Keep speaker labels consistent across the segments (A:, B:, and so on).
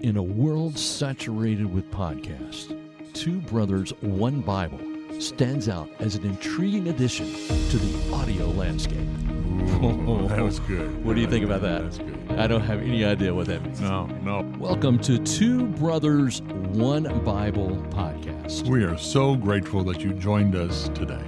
A: In a world saturated with podcasts, Two Brothers, One Bible stands out as an intriguing addition to the audio landscape.
B: Ooh, that was good.
A: What do you think about that?
B: That's good.
A: I don't have any idea what that means.
B: No, no.
A: Welcome to Two Brothers, One Bible podcast.
B: We are so grateful that you joined us today.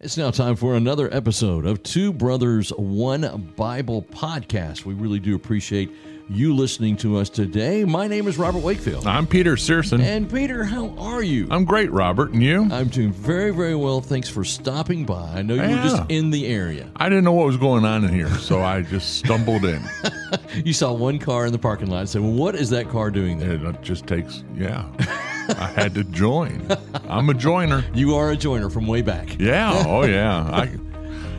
A: It's now time for another episode of Two Brothers, One Bible podcast. We really do appreciate you listening to us today. My name is Robert Wakefield.
B: I'm Peter Searson.
A: And Peter, how are you?
B: I'm great, Robert. And you?
A: I'm doing very, very well. Thanks for stopping by. I know you were just
B: Yeah.
A: in the area.
B: I didn't know what was going on in here, so I just stumbled in.
A: You saw one car in the parking lot and said, What is that car doing there?
B: And It uh, just takes, yeah. I had to join. I'm a joiner.
A: You are a joiner from way back.
B: Yeah. Oh, yeah. I,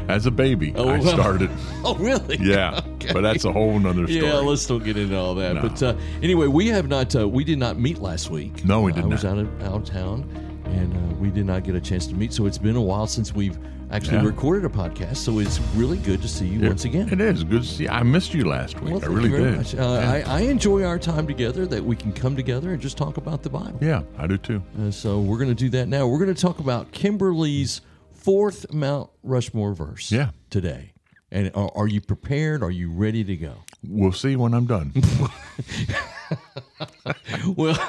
B: as a baby,
A: Oh,
B: I
A: well.
B: started.
A: Oh, really?
B: Yeah. But that's a whole nother story.
A: Yeah, let's don't get into all that.
B: No.
A: But uh, anyway, we have not. Uh, we did not meet last week.
B: No, we
A: Uh,
B: did
A: I was
B: not.
A: out of out of town, and uh, we did not get a chance to meet. So it's been a while since we've actually
B: Yeah.
A: recorded a podcast. So it's really good to see you once again.
B: It is good to see. I missed you last week.
A: Well,
B: I
A: thank
B: really
A: you very
B: did.
A: much. Uh,
B: yeah.
A: I, I enjoy our time together. That we can come together and just talk about the Bible.
B: yeah, I do too.
A: Uh, so we're going to do that now. We're going to talk about Kimberly's fourth Mount Rushmore verse.
B: Yeah.
A: Today. And are, are you prepared? Are you ready to go?
B: We'll see when I'm done.
A: Well,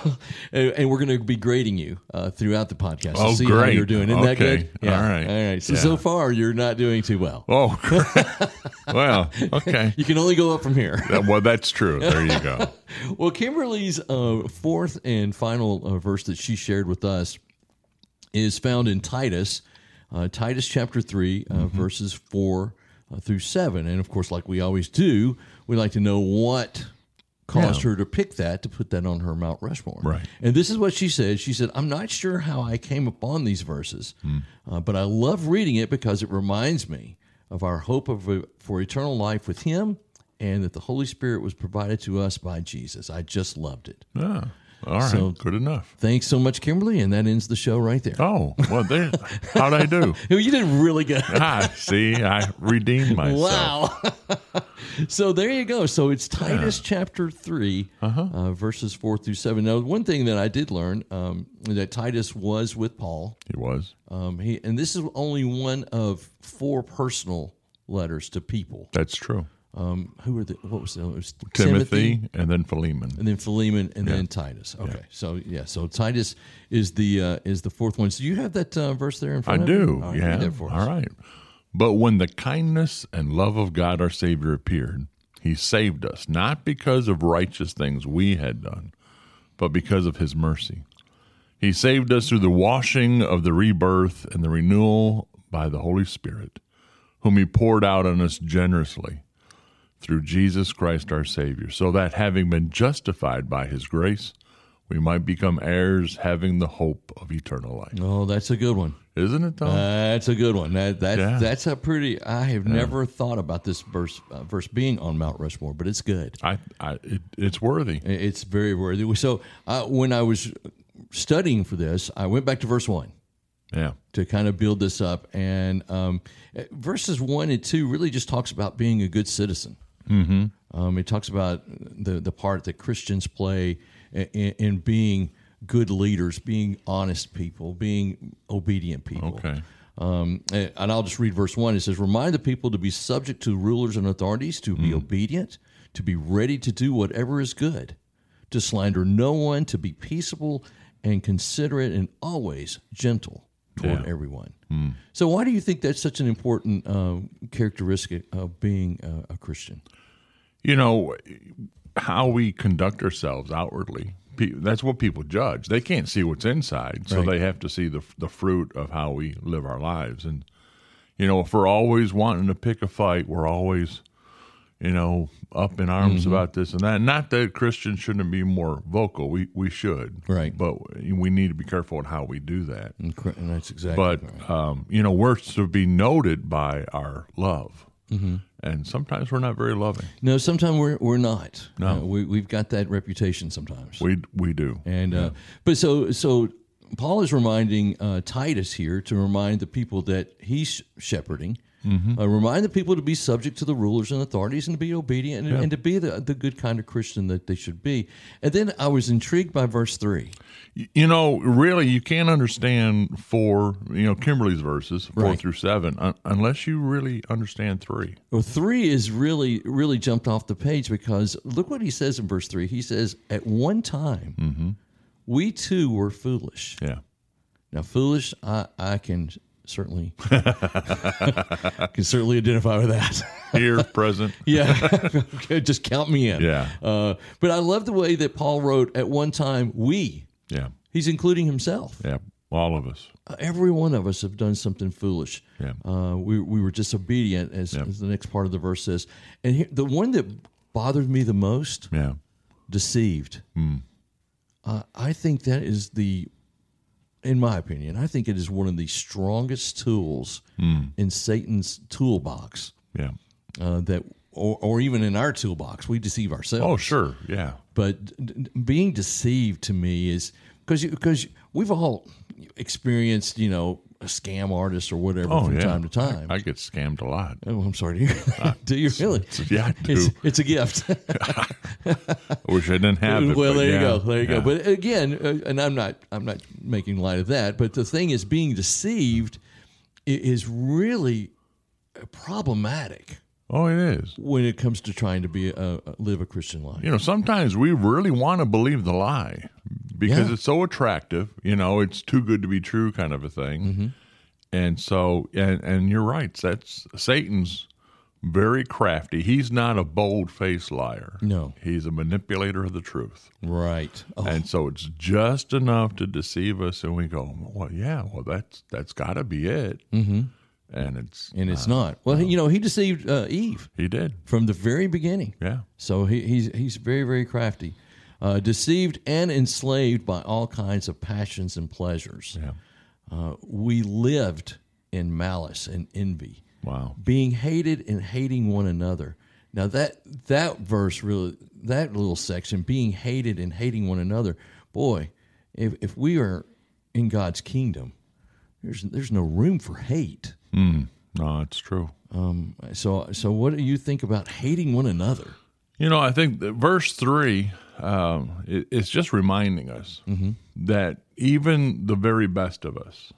A: and, and we're going to be grading you uh, throughout the podcast. to
B: Oh,
A: see how you're
B: great.
A: doing. Isn't that
B: Okay.
A: good?
B: All right.
A: All right. So,
B: Yeah.
A: so far, you're not doing too well.
B: Oh, great. well, okay.
A: You can only go up from here.
B: That- well, that's true. There you go.
A: Well, Kimberly's uh, fourth and final uh, verse that she shared with us is found in Titus, uh, Titus chapter 3, uh,
B: Mm-hmm.
A: verses 4 uh, through 7. And of course, like we always do, we like to know what caused her to pick that to put that on her Mount Rushmore.
B: Right.
A: And this is what she said. She said, I'm not sure how I came upon these verses,
B: Hmm.
A: uh, but I love reading it because it reminds me of our hope of, uh, for eternal life with Him and that the Holy Spirit was provided to us by Jesus. I just loved it.
B: Yeah. All right.
A: So-
B: good enough.
A: Thanks so much, Kimberly. And that ends the show right there.
B: Oh, well, there. How'd I do?
A: You did really good.
B: Ah, see, I redeemed myself.
A: Wow. so there you go. So it's Titus chapter 3,
B: Uh-huh.
A: uh, verses 4 through 7. Now, one thing that I did learn um, that Titus was with Paul,
B: He was.
A: um, he, and this is only one of four personal letters to people.
B: That's true.
A: Um, who were the, what was the, it was
B: Timothy, and then Philemon.
A: and then Philemon, and then Titus. Okay, so yeah, so Titus is the uh, is the fourth one. So you have that uh, verse there in
B: I
A: front of you?
B: do.
A: All right,
B: yeah.
A: read that for us.
B: All right. But when the kindness and love of God our Savior appeared, he saved us, not because of righteous things we had done, but because of his mercy. He saved us through the washing of the rebirth and the renewal by the Holy Spirit, whom he poured out on us generously through Jesus Christ our Savior, so that having been justified by his grace, we might become heirs having the hope of eternal life.
A: Oh, that's a good one.
B: Isn't it, Tom?
A: That's a good one. That, that
B: Yeah.
A: that's a pretty. I have never thought about this verse uh, verse being on Mount Rushmore, but it's good.
B: I, I it, it's worthy.
A: I- It's very worthy. So uh, when I was studying for this, I went back to verse one
B: Yeah.
A: to kind of build this up, and um, verses one and two really just talks about being a good citizen. Mm-hmm. Um, it talks about the the part that Christians play in, in being good leaders, being honest people, being obedient people.
B: Okay.
A: Um, and and I'll just read verse one. It says, Remind the people to be subject to rulers and authorities, to be obedient, to be ready to do whatever is good, to slander no one, to be peaceable and considerate and always gentle toward everyone. So, why do you think that's such an important um, characteristic of being a, a Christian?
B: You know how we conduct ourselves outwardly. pe- That's what people judge. They can't see what's inside, so
A: Right.
B: they have to see the the fruit of how we live our lives. And you know, if we're always wanting to pick a fight, we're always you know up in arms
A: Mm-hmm.
B: about this and that. Not that Christians shouldn't be more vocal. We we should,
A: Right.
B: But we need to be careful in how we do that.
A: And cr- and that's exactly
B: but um, you know we're to be noted by our love
A: Mm-hmm.
B: and sometimes we're not very loving
A: no, sometimes we're, we're not. No. we, we've got that reputation sometimes.
B: we we do
A: And uh, but so so Paul is reminding uh, Titus here to remind the people that he's shepherding Uh, remind the people to be subject to the rulers and authorities and to be obedient and, and to be the, the good kind of Christian that they should be. And then I was intrigued by verse 3.
B: You know, really, you can't understand four, you know, Kimberly's verses, four
A: Right.
B: through seven, un- unless you really understand three.
A: Well, three is really, really jumped off the page because look what he says in verse three. He says, At one time, we too were foolish.
B: Yeah.
A: Now, foolish, I, I can certainly can certainly identify with that.
B: Here, present.
A: yeah. Okay, Just count me in.
B: Yeah.
A: Uh, but I love the way that Paul wrote, At one time, we.
B: Yeah.
A: He's including himself.
B: Yeah. All of us.
A: Uh, Every one of us have done something foolish.
B: Yeah.
A: Uh, we, we were disobedient, as, as the next part of the verse says. And here, the one that bothered me the most
B: Yeah.
A: deceived.
B: Hmm.
A: Uh, I think that is the, in my opinion, I think it is one of the strongest tools
B: Hmm.
A: in Satan's toolbox
B: Yeah.
A: uh, that, or, or even in our toolbox, we deceive ourselves.
B: Oh, sure. Yeah.
A: But d- d- being deceived to me is because because we've all experienced you know a scam artist or whatever
B: Oh,
A: from
B: yeah.
A: time to time.
B: I get scammed a lot.
A: oh, I'm sorry to hear that. Do you really?
B: Yeah, I
A: It's,
B: do.
A: it's a gift.
B: I wish I didn't have it.
A: well,
B: but
A: there you
B: yeah,
A: go, there you
B: yeah.
A: go. But again, uh, and I'm not, I'm not making light of that. But the thing is, being deceived i- is really problematic
B: oh, it is.
A: when it comes to trying to be a, a- live a Christian life.
B: You know, sometimes we really want to believe the lie because
A: Yeah.
B: it's so attractive. You know, it's too good to be true, kind of a thing.
A: Mm-hmm.
B: And so, and and you're right. That's Satan's very crafty. He's not a bold faced liar.
A: No.
B: he's a manipulator of the truth.
A: Right. Oh,
B: And so it's just enough to deceive us, and we go, "Well, yeah, well, that's that's got to be it." Mm-hmm. And it's
A: and it's not. Well, you know, he deceived uh, Eve
B: he did,
A: from the very beginning.
B: yeah,
A: So he, he's he's very very crafty, uh, deceived and enslaved by all kinds of passions and pleasures.
B: yeah,
A: Uh, we lived in malice and envy.
B: wow,
A: being hated and hating one another. Now that that verse really that little section being hated and hating one another. Boy, if if we are in God's kingdom, there's there's no room for hate.
B: no, it's true.
A: So so what do you think about hating one another?
B: You know, I think that verse three, um, it, it's just reminding us that even the very best of us,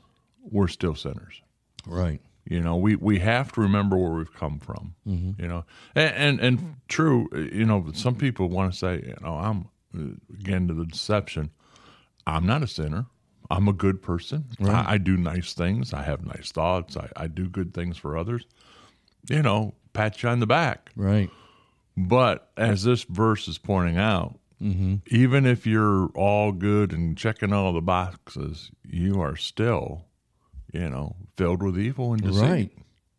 B: we're still sinners.
A: Right.
B: You know, we, we have to remember where we've come from. You know, and, and and true. You know, some people want to say, you know, I'm uh, again to the deception. I'm not a sinner. I'm a good person. I, I do nice things. I have nice thoughts. I, I do good things for others. You know, pat you on the back.
A: Right.
B: But as this verse is pointing out, even if you're all good and checking all the boxes, you are still, you know, filled with evil and deceit.
A: Right.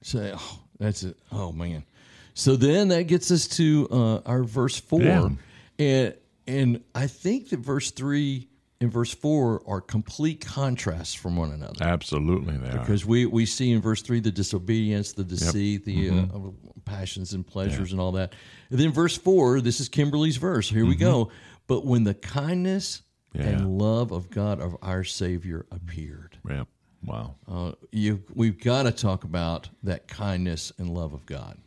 A: So oh, that's it. Oh man. So then that gets us to uh, our verse four,
B: Yeah.
A: and and I think that verse three and verse four are complete contrasts from one another
B: Absolutely, they are.
A: because we we see in verse three the disobedience, the deceit, the
B: Mm-hmm.
A: uh, passions and pleasures and all that. And then verse four, this is Kimberly's verse. Here we go. But when the kindness
B: Mm-hmm. Yeah.
A: and love of God of our Savior appeared.
B: Yeah. Wow.
A: Uh, you, we've got to talk about that kindness and love of God.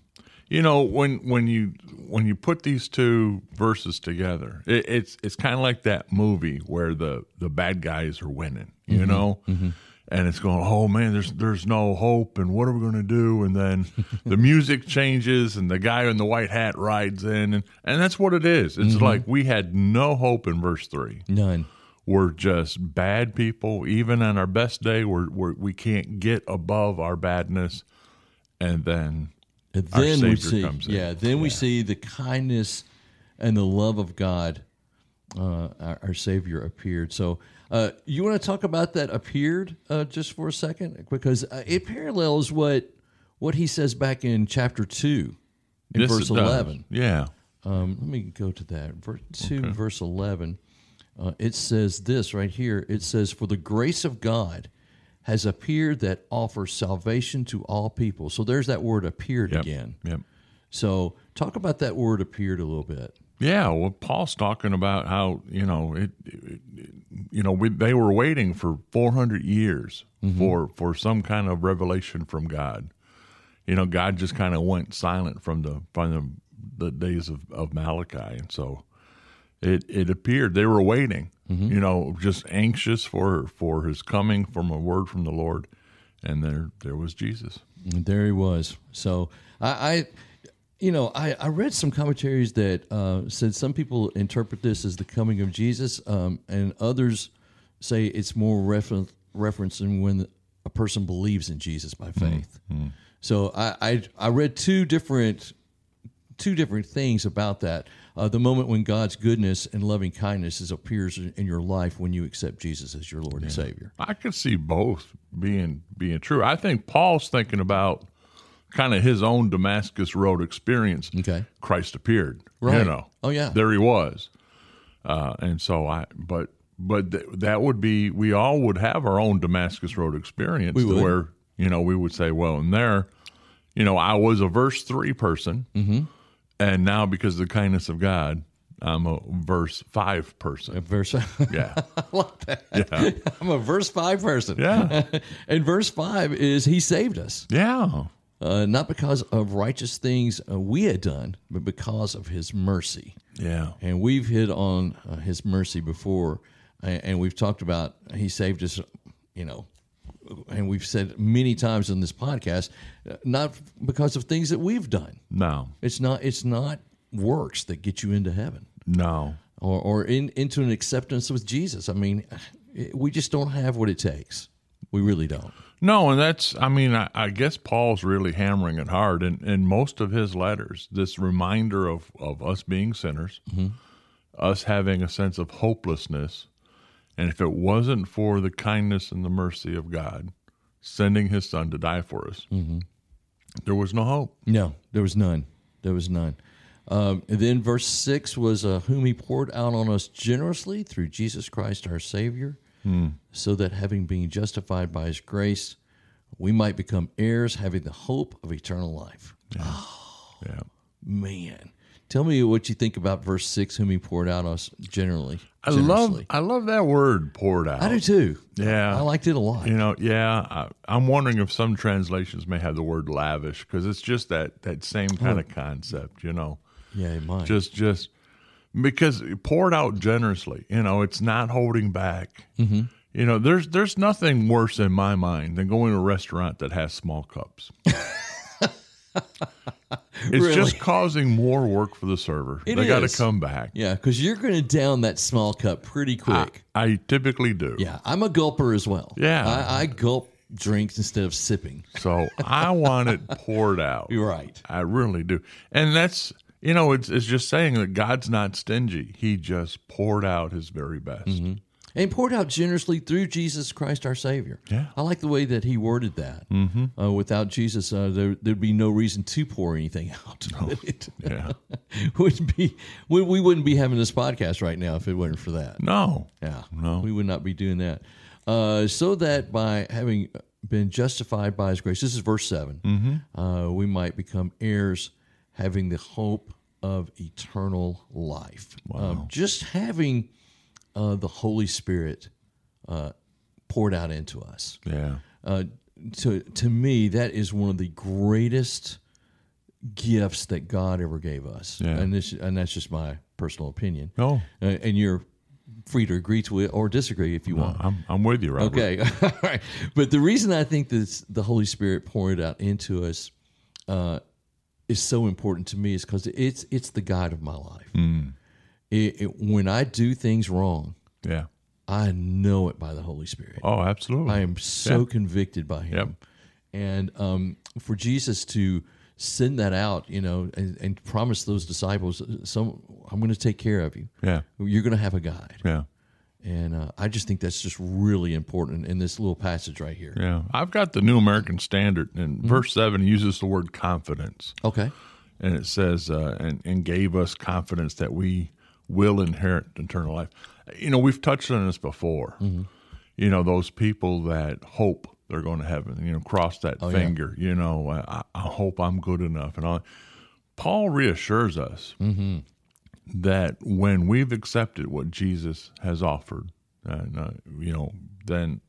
B: You know, when when you when you put these two verses together, it, it's it's kind of like that movie where the the bad guys are winning. You
A: Mm-hmm.
B: know. And it's going, oh man, there's there's no hope, and what are we going to do? And then the music changes, and the guy in the white hat rides in, and, and that's what it is. It's
A: Mm-hmm.
B: like we had no hope in verse three.
A: None.
B: We're just bad people. Even on our best day, we're, we're we can't get above our badness, and then
A: And
B: Our
A: Uh, then we
B: Savior
A: see,
B: comes in.
A: yeah, then we see the kindness and the love of God. Uh, our, our Savior appeared. So, uh, you want to talk about that appeared uh, just for a second because uh, it parallels what what he says back in chapter two, in
B: Yes,
A: verse
B: it does.
A: eleven.
B: Yeah.
A: Um, let me go to that. Verse 2, verse 11. Uh, it says this right here it says, For the grace of God has appeared that offers salvation to all people. So there's that word appeared
B: Yep.
A: again.
B: Yep.
A: So talk about that word appeared a little bit.
B: Yeah. Well, Paul's talking about how you know it. it- you know, we, they were waiting for 400 years for for some kind of revelation from God, you know, God just kind of went silent from the from the, the days of, of Malachi, and so it it appeared they were waiting, you know, just anxious for for His coming, from a word from the Lord, and there there was Jesus.
A: And there he was. So I, I you know, I, I read some commentaries that uh, said some people interpret this as the coming of Jesus, um, and others say it's more refer- referencing when a person believes in Jesus by faith. So I, I I read two different two different things about that. Uh, the moment when God's goodness and loving kindness is, appears in, in your life when you accept Jesus as your Lord and Savior.
B: I could see both being being true. I think Paul's thinking about kind of his own Damascus Road experience.
A: Okay.
B: Christ appeared. You
A: Right.
B: know.
A: Oh, yeah.
B: There he was. Uh, and so I, but but th- that would be we all would have our own Damascus Road experience to
A: would.
B: where you know we would say, well, in there, you know, I was a verse three person,
A: Mm-hmm.
B: and now because of the kindness of God, I'm a verse five person.
A: Verse,
B: Yeah.
A: I love that. I'm a verse five person.
B: Yeah.
A: and verse 5 is he saved us
B: Yeah.
A: uh, not because of righteous things uh, we had done but because of his mercy
B: Yeah.
A: and we've hit on uh, his mercy before and, and we've talked about he saved us you know and we've said many times in this podcast uh, not because of things that we've done
B: No.
A: it's not it's not works that get you into heaven
B: No.
A: or, or in, into an acceptance with jesus i mean it- we just don't have what it takes we really don't
B: No, and that's I mean, I, I guess Paul's really hammering it hard in, in most of his letters, this reminder of, of us being sinners,
A: Mm-hmm.
B: us having a sense of hopelessness, and if it wasn't for the kindness and the mercy of God sending his son to die for us,
A: Mm-hmm.
B: there was no hope.
A: No, there was none. There was none. Um, and then verse six was uh, whom he poured out on us generously through Jesus Christ our Savior,
B: Hmm.
A: so that having been justified by His grace, we might become heirs, having the hope of eternal life.
B: Yeah.
A: Man, tell me what you think about verse six, whom he poured out on us generally.
B: I love
A: generously.
B: I love that word poured out.
A: I do too.
B: yeah.
A: I liked it a lot.
B: You know, yeah, I, I'm wondering if some translations may have the word lavish because it's just that that same kind
A: Hmm.
B: of concept, you know,
A: Yeah, mine.
B: just just because poured out generously, you know, it's not holding back. Mm-hmm. You know, there's there's nothing worse in my mind than going to a restaurant that has small cups. it's
A: Really?
B: just causing more work for the server.
A: It
B: they got
A: is.
B: to come back.
A: yeah, because you're going to down that small cup pretty quick.
B: I typically do.
A: Yeah, I'm a gulper as well.
B: Yeah.
A: I, I gulp drinks instead of sipping.
B: So I want it poured out.
A: You're right.
B: I really do. And that's you know, it's it's just saying that God's not stingy. He just poured out his very best.
A: Mm-hmm. And poured out generously through Jesus Christ our Savior.
B: Yeah.
A: I like the way that he worded that. Mm-hmm. Uh, without Jesus, uh, there, there'd be no reason to pour anything out. It
B: Yeah.
A: would be, we, we wouldn't be having this podcast right now if it wasn't for that.
B: No.
A: Yeah.
B: No.
A: We would not be doing that. Uh, so that by having been justified by his grace, this is verse 7,
B: Mm-hmm.
A: uh, we might become heirs having the hope of eternal life. Um, just having uh, the Holy Spirit uh, poured out into us.
B: Yeah.
A: Uh, to, to me, that is one of the greatest gifts that God ever gave us.
B: Yeah.
A: And, this, and that's just my personal opinion.
B: No.
A: Uh, and you're free to agree to it or disagree if you want.
B: I'm I'm with you, Robert.
A: Okay, all right. But the reason I think that the Holy Spirit poured out into us uh, is so important to me is because it's it's the guide of my life.
B: Mm.
A: It, it, when I do things wrong,
B: Yeah.
A: I know it by the Holy Spirit.
B: Oh, absolutely.
A: I am so convicted by him.
B: Yep.
A: And um, for Jesus to send that out, you know, and, and promise those disciples, "Some, I'm going to take care of you.
B: yeah.
A: You're going to have a guide."
B: Yeah.
A: And uh, I just think that's just really important in this little passage right here.
B: Yeah. I've got the New American Standard and
A: Mm-hmm.
B: verse 7 uses the word confidence.
A: Okay.
B: and it says uh, and, and gave us confidence that we will inherit eternal life you know we've touched on this before you know those people that hope they're going to heaven you know cross that finger you know I, I hope i'm good enough and all paul reassures us that when we've accepted what jesus has offered and, uh, you know then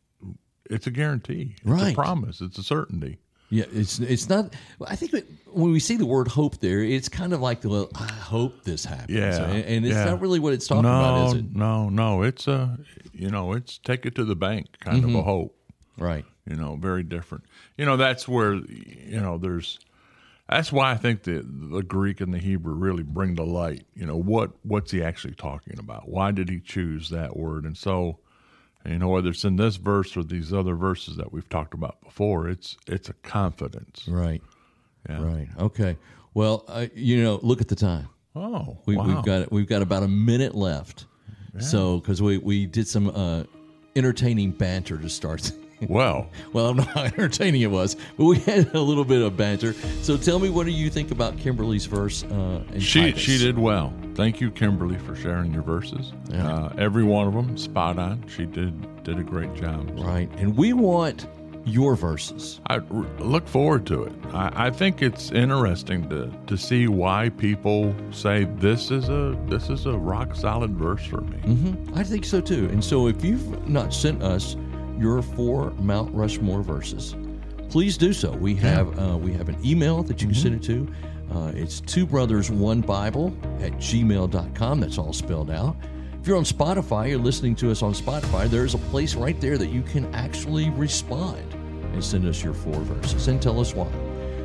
B: it's a guarantee it's a
A: Right.
B: promise it's a certainty
A: Yeah, it's it's not. I think that when we see the word hope there, it's kind of like the well, I hope this happens.
B: Yeah,
A: and, and it's
B: yeah.
A: not really what it's talking
B: no,
A: about, is it?
B: no, no. It's a, you know, it's take it to the bank kind
A: Mm-hmm.
B: of a hope.
A: Right.
B: You know, very different. You know, that's where, you know, there's. That's why I think the the Greek and the Hebrew really bring to light. You know, what what's he actually talking about? Why did he choose that word? And so, you know, whether it's in this verse or these other verses that we've talked about before, it's it's a confidence.
A: Right. Right. Okay. Well, uh, you know, look at the time.
B: Oh,
A: We,
B: wow.
A: We've got we've got about a minute left. So, because we we did some uh, entertaining banter to start.
B: well.
A: well, I'm not how entertaining it was, but we had a little bit of banter. So, tell me, what do you think about Kimberly's verse? Uh, in
B: She
A: Titus?
B: she did well. Thank you, Kimberly, for sharing your verses. Uh, every one of them spot on. She did did a great job.
A: right, and we want your verses.
B: I r- look forward to it. I, I think it's interesting to, to see why people say this is a this is a rock solid verse for me.
A: I think so too. And so, if you've not sent us your four Mount Rushmore verses, please do so. We have uh, we have an email that you can send it to. Uh, it's two brothers one Bible at gmail.com. That's all spelled out. If you're on Spotify, you're listening to us on Spotify, there's a place right there that you can actually respond and send us your four verses and tell us why.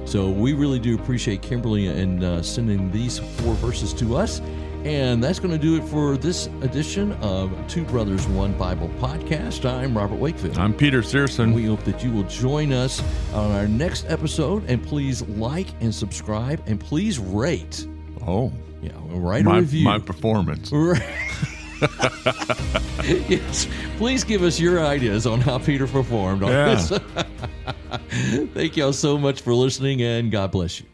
A: So we really do appreciate Kimberly and uh, sending these four verses to us. And that's going to do it for this edition of Two Brothers One Bible podcast. I'm Robert Wakefield.
B: I'm Peter Searson.
A: We hope that you will join us on our next episode. And please like and subscribe. And please rate.
B: oh,
A: Yeah, write a
B: my,
A: review.
B: my performance.
A: yes. Please give us your ideas on how Peter performed on
B: Yeah.
A: this. Thank y'all so much for listening and God bless you.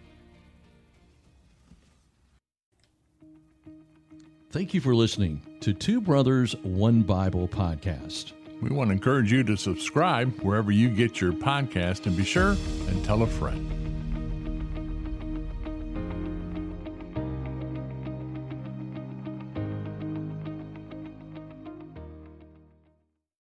A: Thank you for listening to Two Brothers, One Bible podcast.
B: We want to encourage you to subscribe wherever you get your podcast, and be sure and tell a friend.